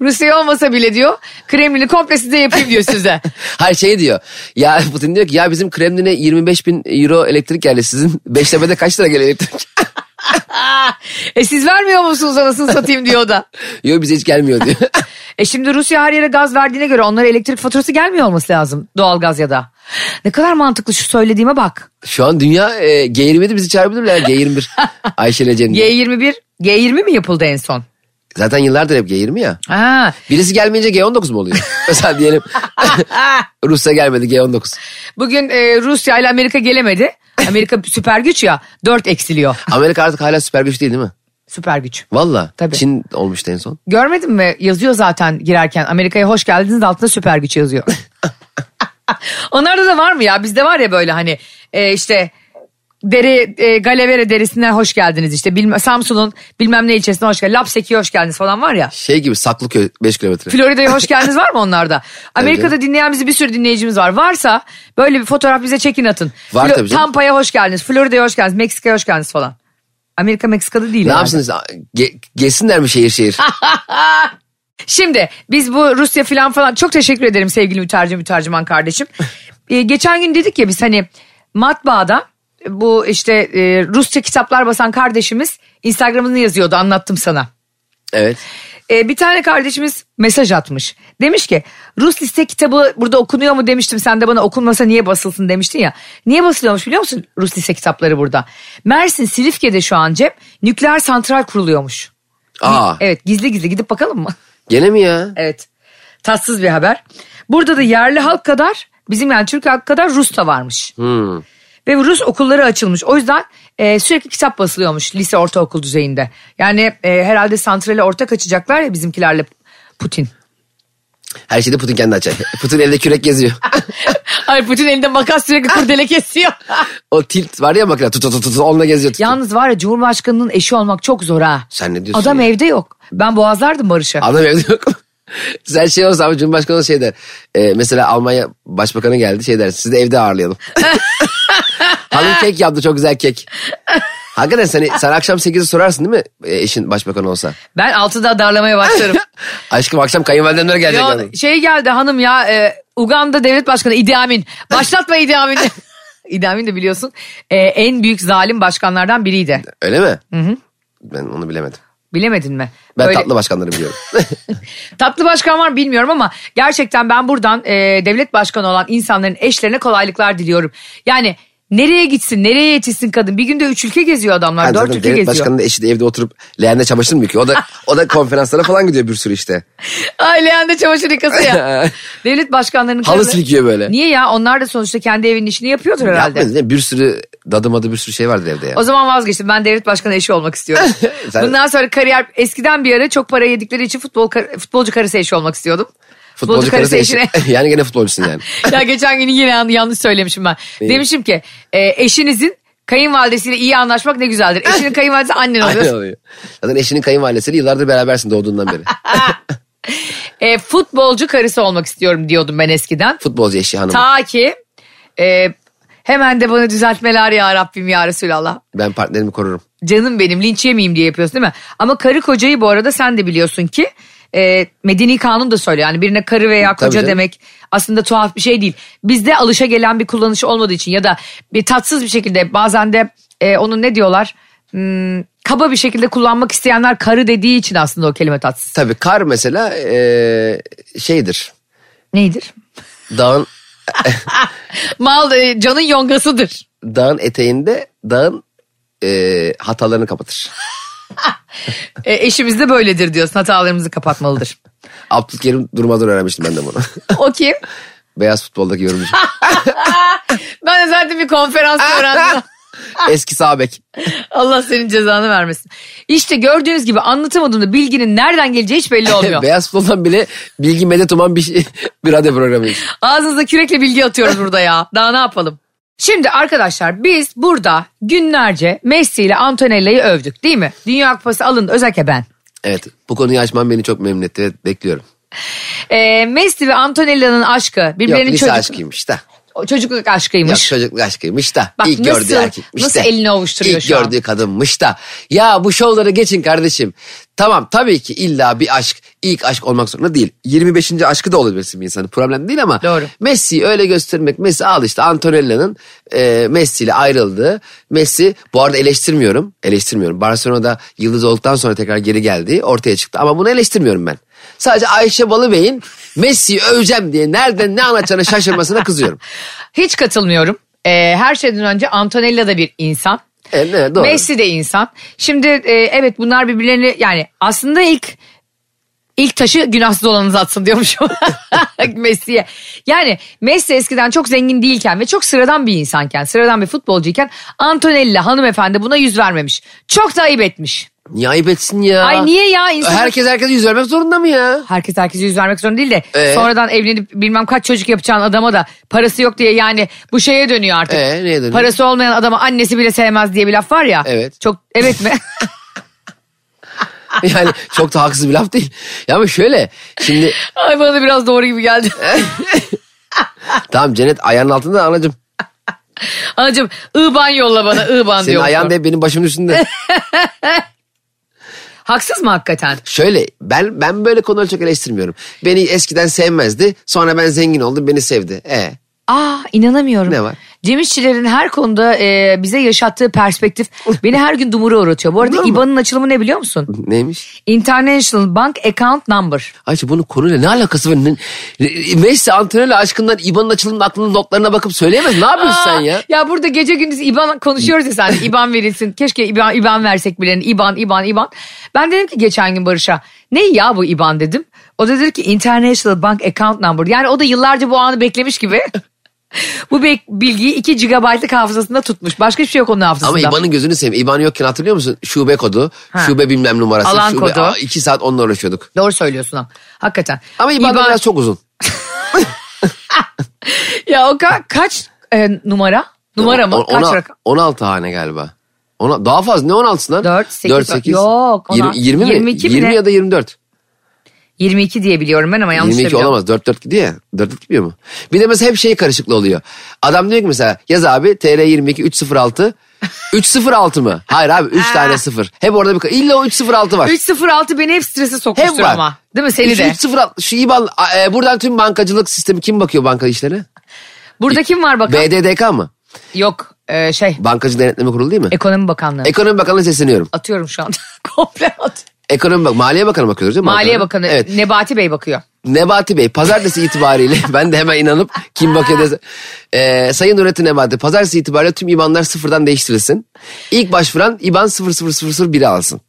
Rusya olmasa bile diyor Kremlin'i komple size yapayım diyor (laughs) size. Hayır şey diyor. Ya Putin diyor ki ya bizim Kremlin'e 25 bin euro elektrik geldi. Sizin Beştepe'de kaç lira geliyor elektrik? (laughs) e siz vermiyor musunuz anasını satayım diyor o da. Yok bize hiç gelmiyor (laughs) diyor. E şimdi Rusya her yere gaz verdiğine göre onlara elektrik faturası gelmiyor olması lazım doğalgaz ya da. Ne kadar mantıklı şu söylediğime bak. Şu an dünya e, G20'de bizi çağırabilirler. G21. (laughs) Ayşe ile Cemil. G21 G20 mi yapıldı en son? Zaten yıllardır hep G20 ya. Ha, Birisi gelmeyince G19 mu oluyor? (laughs) Mesela diyelim Rusya gelmedi G19. bugün e, Rusya ile Amerika gelemedi. Amerika (laughs) süper güç ya 4 eksiliyor Amerika artık hala süper güç değil değil mi? süper güç. Valla. Tabii. Çin olmuştu en son. Görmedin mi? Yazıyor zaten girerken. Amerika'ya hoş geldiniz altında süper güç yazıyor. (laughs) Onlarda da var mı ya? Bizde var ya böyle hani e, işte deri e, Galevere derisinden hoş geldiniz işte bilmem Samsun'un bilmem ne ilçesine hoş geldiniz. Lapseki'ye hoş geldiniz falan var (laughs) ya. Şey gibi Saklıköy 5 kilometre. Florida'ya hoş geldiniz var mı onlarda? Amerika'da dinleyen bizi bir sürü dinleyicimiz var. Varsa böyle bir fotoğraf bize çekin atın. Var Flo- tabii canım. Tampa'ya hoş geldiniz, Florida'ya hoş geldiniz, Meksika'ya hoş geldiniz falan. Amerika Meksika'da değil ne herhalde. yapsınız? Ge- gezsinler mi şehir şehir? Ah. Şimdi biz bu Rusya falan falan çok teşekkür ederim sevgili mütercim mütercüman kardeşim. Ee, geçen gün dedik ya biz hani matbaada bu işte e, Rusça kitaplar basan kardeşimiz Instagram'ını yazıyordu anlattım sana. evet. Ee, bir tane kardeşimiz mesaj atmış. Demiş ki Rus liste kitabı burada okunuyor mu demiştim sen de bana okunmasa niye basılsın demiştin ya. Niye basılıyormuş biliyor musun Rus liste kitapları burada? Mersin Silifke'de şu an Cem nükleer santral kuruluyormuş. Aa. Evet gizli gizli gidip bakalım mı? Gene mi ya? Evet. Tatsız bir haber. Burada da yerli halk kadar bizim yani Türk halk kadar Rus da varmış. Hmm. Ve Rus okulları açılmış. O yüzden e, sürekli kitap basılıyormuş lise ortaokul düzeyinde. Yani e, herhalde santrale ortak açacaklar ya bizimkilerle Putin. Her şeyde Putin kendi açar. (laughs) Putin elde (laughs) kürek geziyor. Hayır Putin elinde makas sürekli kurdele kesiyor. (laughs) o tilt var ya makine tut tut tut tut onunla geziyor. Tut. Yalnız var ya Cumhurbaşkanı'nın eşi olmak çok zor ha. Sen ne diyorsun Adam ya? evde yok. Ben boğazlardım Barış'ı. Adam evde yok. (laughs) Sen şey olsa ama Cumhurbaşkanı olsa şey der. E, mesela Almanya Başbakanı geldi şey der. Sizi de (laughs) evde ağırlayalım. Hanım kek yaptı çok güzel kek. Hakikaten sen, sen akşam 8'i sorarsın değil mi e, eşin başbakan olsa? Ben altıda darlamaya (laughs) başlarım. Aşkım akşam kayınvalidemler gelecek. Yo, yalnız. şey geldi hanım ya e, Uganda devlet başkanı Idi Amin. (laughs) Başlatma Idi (laughs) Amin'i. Idi Amin de biliyorsun e, en büyük zalim başkanlardan biriydi. Öyle mi? Ben onu bilemedim. Bilemedin mi? Ben Böyle- tatlı (laughs) başkanları biliyorum. tatlı başkan var mı bilmiyorum ama gerçekten ben buradan e, devlet başkanı olan insanların eşlerine kolaylıklar diliyorum. Yani nereye gitsin nereye yetişsin kadın bir günde üç ülke geziyor adamlar Yani dört zaten ülke devlet geziyor. başkanının eşi de evde oturup leğende çamaşır mı yıkıyor? O da, o da konferanslara falan gidiyor bir sürü işte. Ay leğende çamaşır yıkası (laughs) ya. devlet başkanlarının Halı karıları- silkiyor böyle. Niye ya onlar da sonuçta kendi evinin işini yapıyordur herhalde. Yapmayın değil mi? Bir sürü dadı madı bir sürü şey vardır evde yani. O zaman vazgeçtim. Ben devlet başkanı eşi olmak istiyorum. Sen- Bundan sonra kariyer eskiden bir ara çok para yedikleri için futbol kar- futbolcu karısı eşi olmak istiyordum. Futbolcu, karısı, eşine. eşi- (laughs) yani gene futbolcusun yani. (laughs) ya geçen gün yine yan- yanlış söylemişim ben. Demişim ki e, eşinizin kayınvalidesiyle iyi anlaşmak ne güzeldir. Eşinin kayınvalidesi annen (laughs) Aynen oluyor. oluyor. Zaten eşinin kayınvalidesiyle yıllardır berabersin (laughs) doğduğundan beri. E, futbolcu karısı olmak istiyorum diyordum ben eskiden. Futbolcu eşi hanım. Ta ki e, hemen de bana düzeltmeler ya Rabbim ya Resulallah. ben partnerimi korurum. canım benim linç yemeyeyim diye yapıyorsun değil mi? Ama karı kocayı bu arada sen de biliyorsun ki e, medeni kanun da söylüyor. Yani birine karı veya Tabii koca canım. demek aslında tuhaf bir şey değil. Bizde alışa gelen bir kullanış olmadığı için ya da bir tatsız bir şekilde bazen de e, onun ne diyorlar? Hmm, kaba bir şekilde kullanmak isteyenler karı dediği için aslında o kelime tatsız. Tabii kar mesela e, şeydir. Neydir? Dağın Mal e, canın yongasıdır. dağın eteğinde dağın e, hatalarını kapatır. E, eşimiz de böyledir diyorsun. Hatalarımızı kapatmalıdır. Abdülkerim Durmaz'dan öğrenmiştim ben de bunu. (laughs) o kim? Beyaz futboldaki yorumcu. Ben de zaten bir (laughs) konferans (laughs) öğrendim. (laughs) Eski sağ bek. Allah senin cezanı vermesin. İşte gördüğünüz gibi anlatamadığımda bilginin nereden geleceği hiç belli (laughs) olmuyor. Beyaz futboldan bile bilgi medet uman bir, (laughs) şey- bir radyo programıyız. Ağzınıza kürekle bilgi atıyoruz burada ya. Daha ne yapalım? Şimdi arkadaşlar biz burada günlerce Messi ile Antonella'yı övdük değil mi? Dünya Kupası alındı özellikle ben. Evet bu konuyu açman beni çok memnun etti. Evet, Bekliyorum. Ee, Messi ve Antonella'nın aşkı Yok birbirlerinin lise çocuk, aşkıymış da. çocukluk Yok aşkıymış. çocukluk aşkıymış da. Bak ilk nasıl- gördüğü erkekmiş nasıl de. elini ovuşturuyor İlk şu an? gördüğü kadınmış da. Ya bu şovları geçin kardeşim. Tamam tabii ki illa bir aşk ilk aşk olmak zorunda değil. 25. aşkı da olabilirsin bir insanın problem değil ama. Doğru. Messi'yi öyle göstermek. Messi al işte Antonella'nın e, Messi ile ayrıldığı. Messi bu arada eleştirmiyorum. Eleştirmiyorum. Barcelona'da yıldız olduktan sonra tekrar geri geldi. Ortaya çıktı ama bunu eleştirmiyorum ben. Sadece Ayşe Balıbey'in Messi'yi öveceğim diye nereden ne anlatacağını (laughs) şaşırmasına kızıyorum. Hiç katılmıyorum. Ee, her şeyden önce Antonella da bir insan. E, ne, doğru. Messi de insan. Şimdi e, evet bunlar birbirlerini yani aslında ilk ilk taşı günahsız olanınız atsın diyormuşum (laughs) Messi'ye. Yani Messi eskiden çok zengin değilken ve çok sıradan bir insanken, sıradan bir futbolcuyken Antonella hanımefendi buna yüz vermemiş. Çok da ayıp etmiş. Niye ayıp etsin ya? Ay niye ya insan Ah. Herkes herkese yüz vermek zorunda mı ya? herkes herkese yüz vermek zorunda değil de Ee? sonradan evlenip bilmem kaç çocuk yapacağın adama da parası yok diye yani bu şeye dönüyor artık. Ee, neye dönüyor? Parası olmayan adama annesi bile sevmez diye bir laf var ya. Evet. Çok evet mi? (laughs) (laughs) Yani çok da haksız bir laf değil. Ya ama şöyle şimdi (laughs) Ay bana da biraz doğru gibi geldi. tamam cennet ayağının altında anacım. (laughs) Anacığım ıban yolla (laughs) bana ıban Senin diyor. ayağın da hep benim (laughs) başımın üstünde. Haksız mı hakikaten? şöyle ben ben böyle konuları çok eleştirmiyorum. Beni eskiden sevmezdi. Sonra ben zengin oldum beni sevdi. E Aa inanamıyorum. Ne var? Cem İşçilerin her konuda e, bize yaşattığı (laughs) perspektif beni her gün dumura uğratıyor. Bu arada Dumura mı? IBAN'ın açılımı ne biliyor musun? neymiş? International Bank Account Number. Ayşe bunun konuyla ne alakası var? Ne- ne- Messi antrenörle aşkından İban'ın açılımının aklının notlarına bakıp söyleyemez. Ne yapıyorsun sen ya? Ya burada gece gündüz IBAN konuşuyoruz ya (laughs) sen. İBAN verilsin. Keşke İBAN, İBAN versek birilerine. İBAN, İBAN, İBAN. Ben dedim ki geçen gün Barış'a. Ne ya bu İBAN dedim. O da dedi ki International Bank Account Number. Yani o da yıllarca bu anı beklemiş gibi. (laughs) bu bek- bilgiyi 2 GB'lık hafızasında tutmuş. Başka hiçbir şey yok onun hafızasında. Ama İban'ın gözünü seveyim. İban yokken hatırlıyor musun? Şube kodu, Ha. şube bilmem numarası. Alan şube, kodu. Aa, iki saat onunla uğraşıyorduk. Doğru söylüyorsun ha. Hakikaten. Ama İban'da biraz çok uzun. Ya o ka- kaç e, numara? Numara mı? On- kaç ona- rakam? 16 hane galiba. Ona, daha fazla ne 16'sı lan? Dört, sekiz, Dört, sekiz. yok, ona- 20, 20 mi? 22 mi 20 ne? ya da 24. 22 diye biliyorum ben ama yanlış da 22 biliyorum. olamaz. 4 4 gidiyor ya. 4 4 gidiyor mu? Bir de mesela hep şey karışıklı oluyor. Adam diyor ki mesela yaz abi TR (laughs) 22 306 306 mı? Hayır abi 3 tane 0. Hep orada bir ka- illa o 306 var. 306 beni hep strese sokmuştur hep var. ama. Değil mi seni Şu de? 306 şu İBAN a- e, buradan tüm bankacılık sistemi kim bakıyor banka işlerine? Burada kim var bakalım? BDDK mı? Yok e, şey Bankacı Denetleme Kurulu değil mi? ekonomi bakanlığı. Ekonomi Bakanlığı'na sesleniyorum. Atıyorum şu anda. (laughs) Komple at. Ekonomi Bak Maliye Bakanı bakıyoruz değil mi? Maliye Bankana? Bakanı Evet. Nebati Bey bakıyor. Nebati Bey pazartesi itibariyle (laughs) ben de hemen inanıp kim bakıyor dese- Ee, Sayın Nurettin Nebati pazartesi itibariyle tüm IBAN'lar sıfırdan değiştirilsin. İlk başvuran IBAN 00001'i alsın.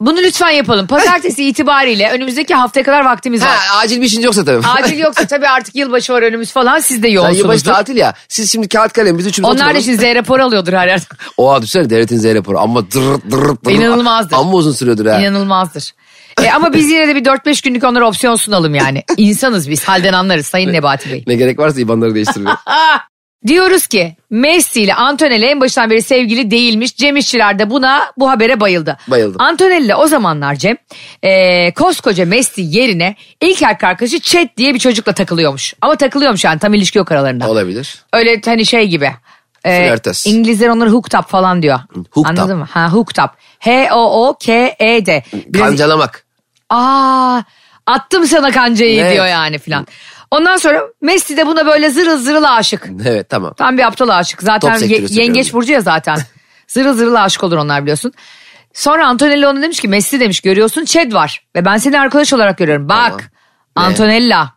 Bunu lütfen yapalım. Pazartesi itibariyle önümüzdeki haftaya kadar vaktimiz var. Ha, acil bir işin yoksa tabii. Acil yoksa tabii artık yılbaşı var önümüz falan siz de Sen yılbaşı yoğunsunuzdur. tatil (laughs) ya. Siz şimdi kağıt kalem biz üçümüz Onlar da oturalım. şimdi Z raporu alıyordur her (laughs) yer. Oha düşünsene devletin Z raporu. Ama dırırt dırırt dırırt. İnanılmazdır. Amma uzun sürüyordur ha. İnanılmazdır. E, ama biz yine de bir 4-5 günlük onlara opsiyon sunalım yani. İnsanız biz halden anlarız Sayın Nebati Bey. ne gerek varsa IBAN'ları değiştiriyor. (laughs) Diyoruz ki Messi ile Antonella en baştan beri sevgili değilmiş. Cem İşçiler de buna bu habere bayıldı. Bayıldım. Antonella o zamanlar Cem e, koskoca Messi yerine ilk erkek arkadaşı Chet diye bir çocukla takılıyormuş. Ama takılıyormuş yani tam ilişki yok aralarında. Olabilir. Öyle hani şey gibi. e, Flörtöz. İngilizler onları hooked up falan diyor. Hooked Anladın up. mı? Ha, hooked up. H-O-O-K-E-D. Biraz- Kancalamak. E Aa, Attım sana kancayı Evet. diyor yani filan. Ondan sonra Messi de buna böyle zırıl zırıl aşık. Evet tamam. Tam bir aptal aşık. Zaten Top sektörü ye- seviyorum yengeç ben. burcu ya (laughs) zaten. zırıl zırıl aşık olur onlar biliyorsun. Sonra Antonella ona demiş ki Messi demiş görüyorsun Chad var. Ve ben seni arkadaş olarak görüyorum. Bak Tamam. Ne? Antonella.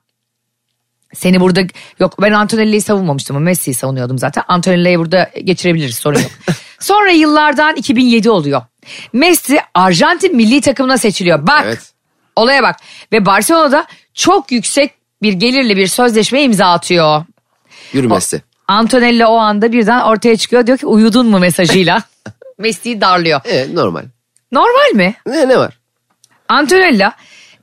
Seni burada yok ben Antonella'yı savunmamıştım ama Messi'yi savunuyordum zaten. Antonella'yı burada geçirebiliriz sorun (laughs) yok. Sonra yıllardan 2007 oluyor. Messi Arjantin milli takımına seçiliyor. Bak Evet. olaya bak. Ve Barcelona'da çok yüksek bir gelirli bir sözleşme imza atıyor. Yürümesi. Antonella o anda birden ortaya çıkıyor diyor ki uyudun mu (laughs) mesajıyla. Messi'yi darlıyor. Evet E, normal. Normal mi? Ne ne var? Antonella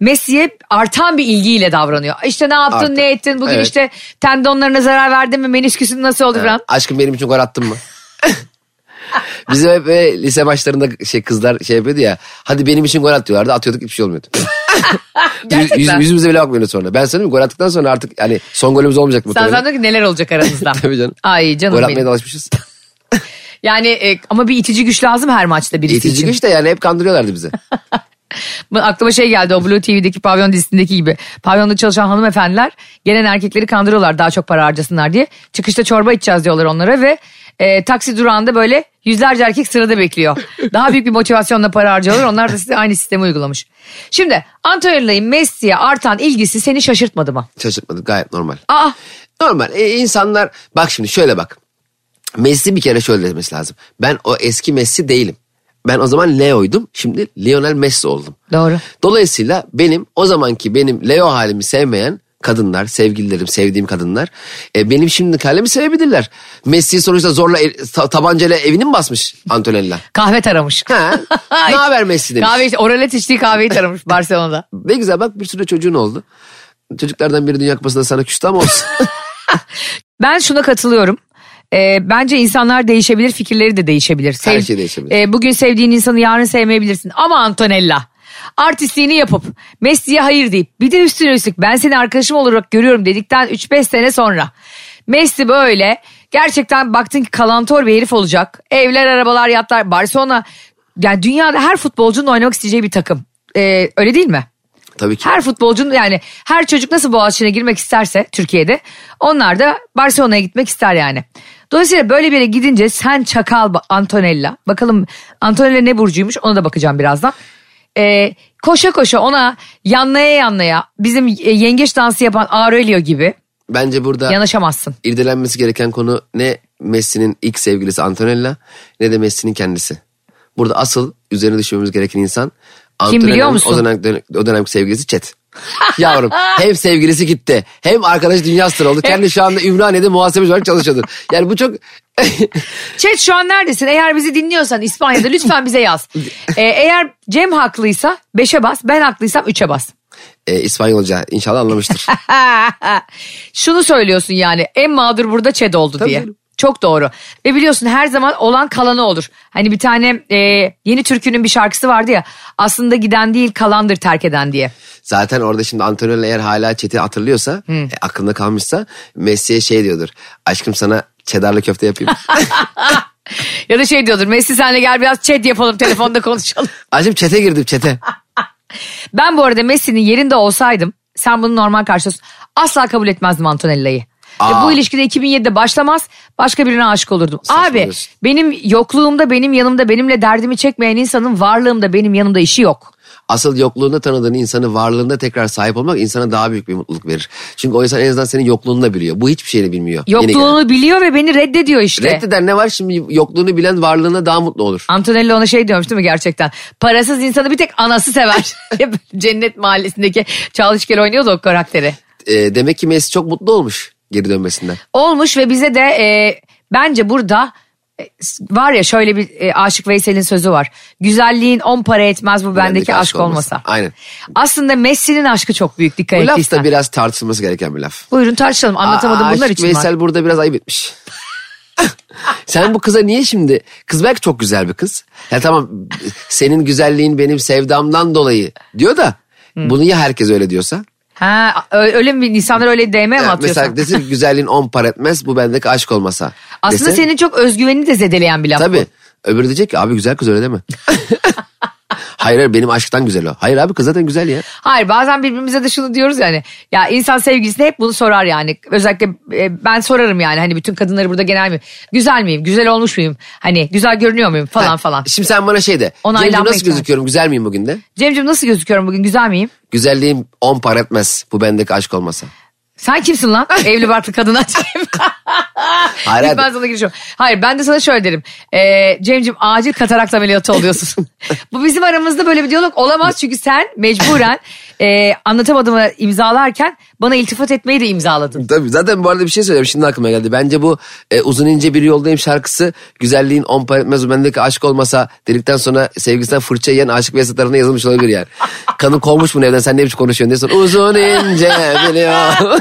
Messi'ye artan bir ilgiyle davranıyor. İşte ne yaptın Artan. ne ettin bugün Evet. işte tendonlarına zarar verdin mi menisküsün nasıl oldu falan. Aşkım benim için gol attın (laughs) mı? Bizim hep böyle lise maçlarında şey kızlar şey yapıyordu ya. Hadi benim için gol at diyorlardı. Atıyorduk hiçbir (laughs) şey olmuyordu. Yüz- Gerçekten. yüz- yüzümüze bile bakmıyordu sonra. Ben söyleyeyim mi? Gol attıktan sonra artık hani son golümüz olmayacak mı? Sen zannediyorsun ki neler olacak aranızda. (laughs) Tabii canım. Ay canım Gol benim. atmaya (laughs) da alışmışız. Yani e, ama bir itici güç lazım her maçta birisi İtici için. güç de yani hep kandırıyorlardı bizi. Bu- Aklıma şey geldi o Blue TV'deki pavyon dizisindeki gibi. Pavyonda çalışan hanımefendiler gelen erkekleri kandırıyorlar daha çok para harcasınlar diye. Çıkışta çorba içeceğiz diyorlar onlara ve e, taksi durağında böyle yüzlerce erkek sırada (laughs) bekliyor. Daha büyük bir motivasyonla para harcıyorlar. Onlar da size aynı sistemi uygulamış. Şimdi Antalya'yı Messi'ye artan ilgisi seni şaşırtmadı mı? Şaşırtmadım gayet normal. Aa Normal. E, insanlar bak şimdi şöyle bak. Messi bir kere şöyle demesi lazım. Ben o eski Messi değilim. Ben o zaman Leo'ydum. Şimdi Lionel Messi oldum. doğru. Dolayısıyla benim o zamanki benim Leo halimi sevmeyen kadınlar, sevgililerim, sevdiğim kadınlar e, benim şimdiki halimi sevebilirler. Messi sonuçta zorla el- ta- tabancayla evini mi basmış Antonella? Kahve taramış. Ha? ne haber Messi demiş. Kahve, iç- oralet içtiği kahveyi taramış Barcelona'da. Ne güzel bak bir sürü çocuğun oldu. Çocuklardan biri Dünya Kupası'nda sana küstü ama olsun. (laughs) Ben şuna katılıyorum. Ee, bence insanlar değişebilir, fikirleri de değişebilir. Her şey değişebilir. Ee, bugün sevdiğin insanı yarın sevmeyebilirsin. Ama Antonella artistliğini yapıp Messi'ye hayır deyip bir de üstüne üstlük ben seni arkadaşım olarak görüyorum dedikten 3-5 sene sonra Messi böyle gerçekten baktın ki kalantor bir herif olacak. Evler, arabalar, yatlar, Barcelona yani dünyada her futbolcunun oynamak isteyeceği bir takım. Ee, öyle değil mi? Tabii ki. Her futbolcunun yani her çocuk nasıl Boğaziçi'ne girmek isterse Türkiye'de onlar da Barcelona'ya gitmek ister yani. Dolayısıyla böyle bir yere gidince sen çakal ba- Antonella. Bakalım Antonella ne burcuymuş ona da bakacağım birazdan. Ee, koşa koşa ona yanlaya yanlaya bizim e, yengeç dansı yapan Aurelio gibi Bence burada yanaşamazsın. irdelenmesi gereken konu ne Messi'nin ilk sevgilisi Antonella ne de Messi'nin kendisi. Burada asıl üzerine düşmemiz gereken insan Antonella'nın biliyor musun? O, dönem, dön- o dönemki sevgilisi Chet. (laughs) Yavrum hem sevgilisi gitti hem arkadaş dünya sırrı oldu. Kendi şu anda Ümraniye'de muhasebeci olarak çalışıyordu. Yani bu çok (laughs) Chat şu an neredesin? Eğer bizi dinliyorsan İspanya'da lütfen bize yaz. Ee, eğer Cem haklıysa 5'e bas ben haklıysam 3'e bas. e, İspanyolca (laughs) inşallah anlamıştır. Şunu söylüyorsun yani en mağdur burada ÇED oldu diye. canım. Çok doğru. Ve biliyorsun her zaman olan kalanı olur. Hani bir tane e, yeni türkünün bir şarkısı vardı ya. Aslında giden değil kalandır terk eden diye. Zaten orada şimdi Antonella eğer hala Chet'i hatırlıyorsa e, aklında kalmışsa Messi'ye şey diyordur. Aşkım sana çedarlı köfte yapayım. (laughs) Ya da şey diyordur Messi senle gel biraz ÇED yapalım telefonda konuşalım. Aşkım çete girdim çete. Ben bu arada Messi'nin yerinde olsaydım sen bunu normal karşılıyorsun. Asla kabul etmezdim Antonella'yı. Ve Aa. bu ilişkide 2007'de başlamaz başka birine aşık olurdum. Abi Saçmalıyorsun. benim yokluğumda benim yanımda benimle derdimi çekmeyen insanın varlığımda benim yanımda işi yok. Asıl yokluğunda tanıdığın insanı varlığında tekrar sahip olmak insana daha büyük bir mutluluk verir. Çünkü o insan en azından senin yokluğunu da biliyor. Bu hiçbir şeyini bilmiyor. Yeni gelen. Yokluğunu biliyor ve beni reddediyor işte. Reddeden ne var şimdi yokluğunu bilen varlığına daha mutlu olur. Antonella ona şey diyormuş değil mi gerçekten? Parasız insanı bir tek anası sever. (laughs) (laughs) Cennet mahallesindeki çalışkel oynuyordu o karakteri. Ee, demek ki Messi çok mutlu olmuş geri dönmesinden. Olmuş ve bize de e, bence burada e, var ya şöyle bir e, Aşık Veysel'in sözü var. Güzelliğin on para etmez bu bendeki, aşk, olmasa. Aynen. Aslında Messi'nin aşkı çok büyük dikkat Bu laf ettiysen. da biraz tartışılması gereken bir laf. Buyurun tartışalım anlatamadım Aa, bunlar Aşık için var. Veysel burada biraz ayıp etmiş. (laughs) Sen bu kıza niye şimdi? Kız belki çok güzel bir kız. Ya tamam senin güzelliğin benim sevdamdan dolayı diyor da bunu ya herkes öyle diyorsa? Ha, ö- öyle mi insanlar öyle değme mi Ya atıyorsun? Ee, Mesela desin ki, güzelliğin on para etmez bu bendeki aşk olmasa. Aslında Dese, senin çok özgüvenini de zedeleyen bir laf bu. (laughs) Tabii. Öbürü diyecek ki abi güzel kız öyle deme. Hayır hayır benim aşktan güzel o. Hayır abi kız zaten güzel ya. Hayır bazen birbirimize de şunu diyoruz yani. Ya insan sevgilisine hep bunu sorar yani. Özellikle e, ben sorarım yani hani bütün kadınları burada genel mi? Güzel miyim? Güzel olmuş muyum? Hani güzel görünüyor muyum falan Ha, falan. Şimdi sen bana şey de. Onaylanma Cemciğim nasıl ihtiyacı. gözüküyorum güzel miyim bugün de? Cemcim nasıl gözüküyorum bugün? Güzel miyim? Güzelliğim on par etmez bu bendeki aşk olmasa. Sen kimsin lan? Evli barklı kadın açayım. Hayır, İlk ben hayır. sana girişiyorum. Hayır ben de sana şöyle derim. Ee, Cem'cim acil katarakt ameliyatı oluyorsun. Bu bizim aramızda böyle bir diyalog olamaz. Çünkü sen mecburen e, anlatamadığımı imzalarken bana iltifat etmeyi de imzaladın. Tabii zaten bu arada bir şey söyleyeyim şimdi aklıma geldi. Bence bu e, uzun ince bir yoldayım şarkısı güzelliğin on par etmez bu bendeki aşk olmasa dedikten sonra sevgilisinden fırça yiyen aşık Veysel tarafından yazılmış (laughs) olabilir yani. Kanın kovmuş bunu evden sen ne biçim konuşuyorsun diye sonra uzun ince bir (laughs) yol.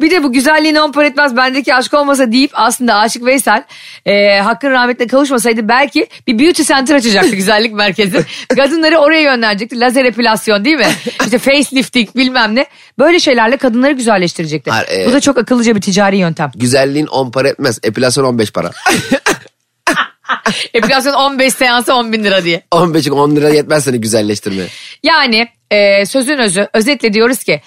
Bir de bu güzelliğini on par etmez bendeki aşk olmasa deyip aslında Aşık Veysel e, hakkın rahmetle kavuşmasaydı belki bir beauty center (laughs) açacaktı güzellik merkezi. Kadınları oraya yönlendirecekti. Lazer epilasyon değil (laughs) mi? İşte facelifting bilmem ne. Böyle şeylerle kadınları güzelleştirecekti. Hayır, e- Bu da çok akıllıca bir ticari yöntem. Güzelliğin on par etmez epilasyon 15 para. (laughs) Epilasyon 15 seansı 10 bin lira diye. 15'in 10 lira yetmez seni güzelleştirmeye. Yani e, sözün özü özetle diyoruz ki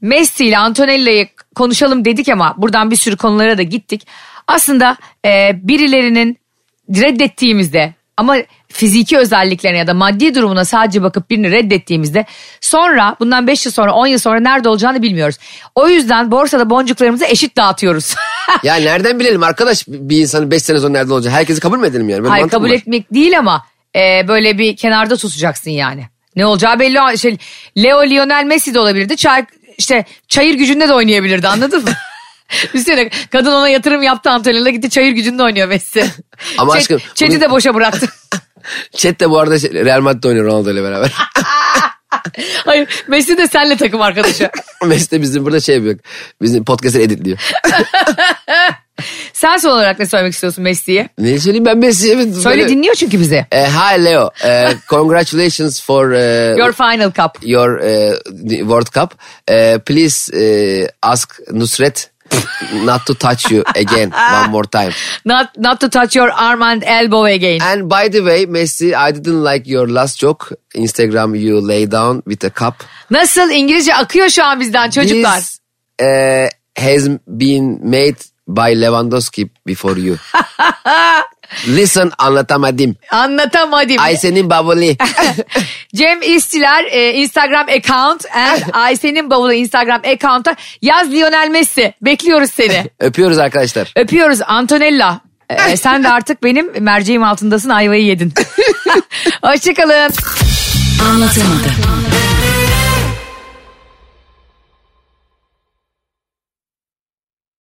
Messi ile Antonella'yı konuşalım dedik ama buradan bir sürü konulara da gittik. Aslında e, birilerinin reddettiğimizde ama fiziki özelliklerine ya da maddi durumuna sadece bakıp birini reddettiğimizde sonra bundan 5 yıl sonra 10 yıl sonra nerede olacağını bilmiyoruz. O yüzden borsada boncuklarımızı eşit dağıtıyoruz. (laughs) Ya nereden bilelim arkadaş bir insanın 5 sene sonra nerede olacağı herkesi kabul mü edelim yani? Böyle Hayır mantık mı kabul var? etmek değil ama e, böyle bir kenarda tutacaksın yani. Ne olacağı belli. olan- Şey, Leo Lionel Messi de olabilirdi. Çay, işte çayır gücünde de oynayabilirdi anladın mı? (laughs) Üstelik kadın ona yatırım yaptı Antalya'da gitti çayır gücünde oynuyor Messi. (laughs) Ama Çet- aşkım, Çet'i bunu- de boşa bıraktı. (laughs) Chat de bu arada şey- Real Madrid oynuyor Ronaldo (laughs) ile beraber. Hayır Messi de senle takım (laughs) arkadaşı. Mesut de bizim burada şey yapıyor. Bizim podcast'ı editliyor. Sen son olarak ne söylemek istiyorsun Messi'ye? Ne söyleyeyim ben Messi'ye mi? Söyle dinliyor çünkü bizi. Eh, hi Leo. Eh, (laughs) congratulations for eh, Your final cup. your, eh, the World Cup. Eh, please eh, ask Nusret not to touch you (laughs) again one more time. Not, not to touch your arm and elbow again. And by the way Messi I didn't like your last joke. Instagram you lay down with a cup. Nasıl İngilizce akıyor şu an bizden çocuklar. This eh, has been made by Lewandowski (laughs) before you. Listen anlatamadım. Anlatamadım. (laughs) Aysen'in baboli. Cem İstiler e, Instagram account and Aysen'in bavulu Instagram account'a yaz Lionel Messi. Bekliyoruz seni. Öpüyoruz arkadaşlar. Öpüyoruz Antonella. E, sen de artık benim merceğim altındasın ayvayı yedin. Hoşçakalın. Anlatamadım.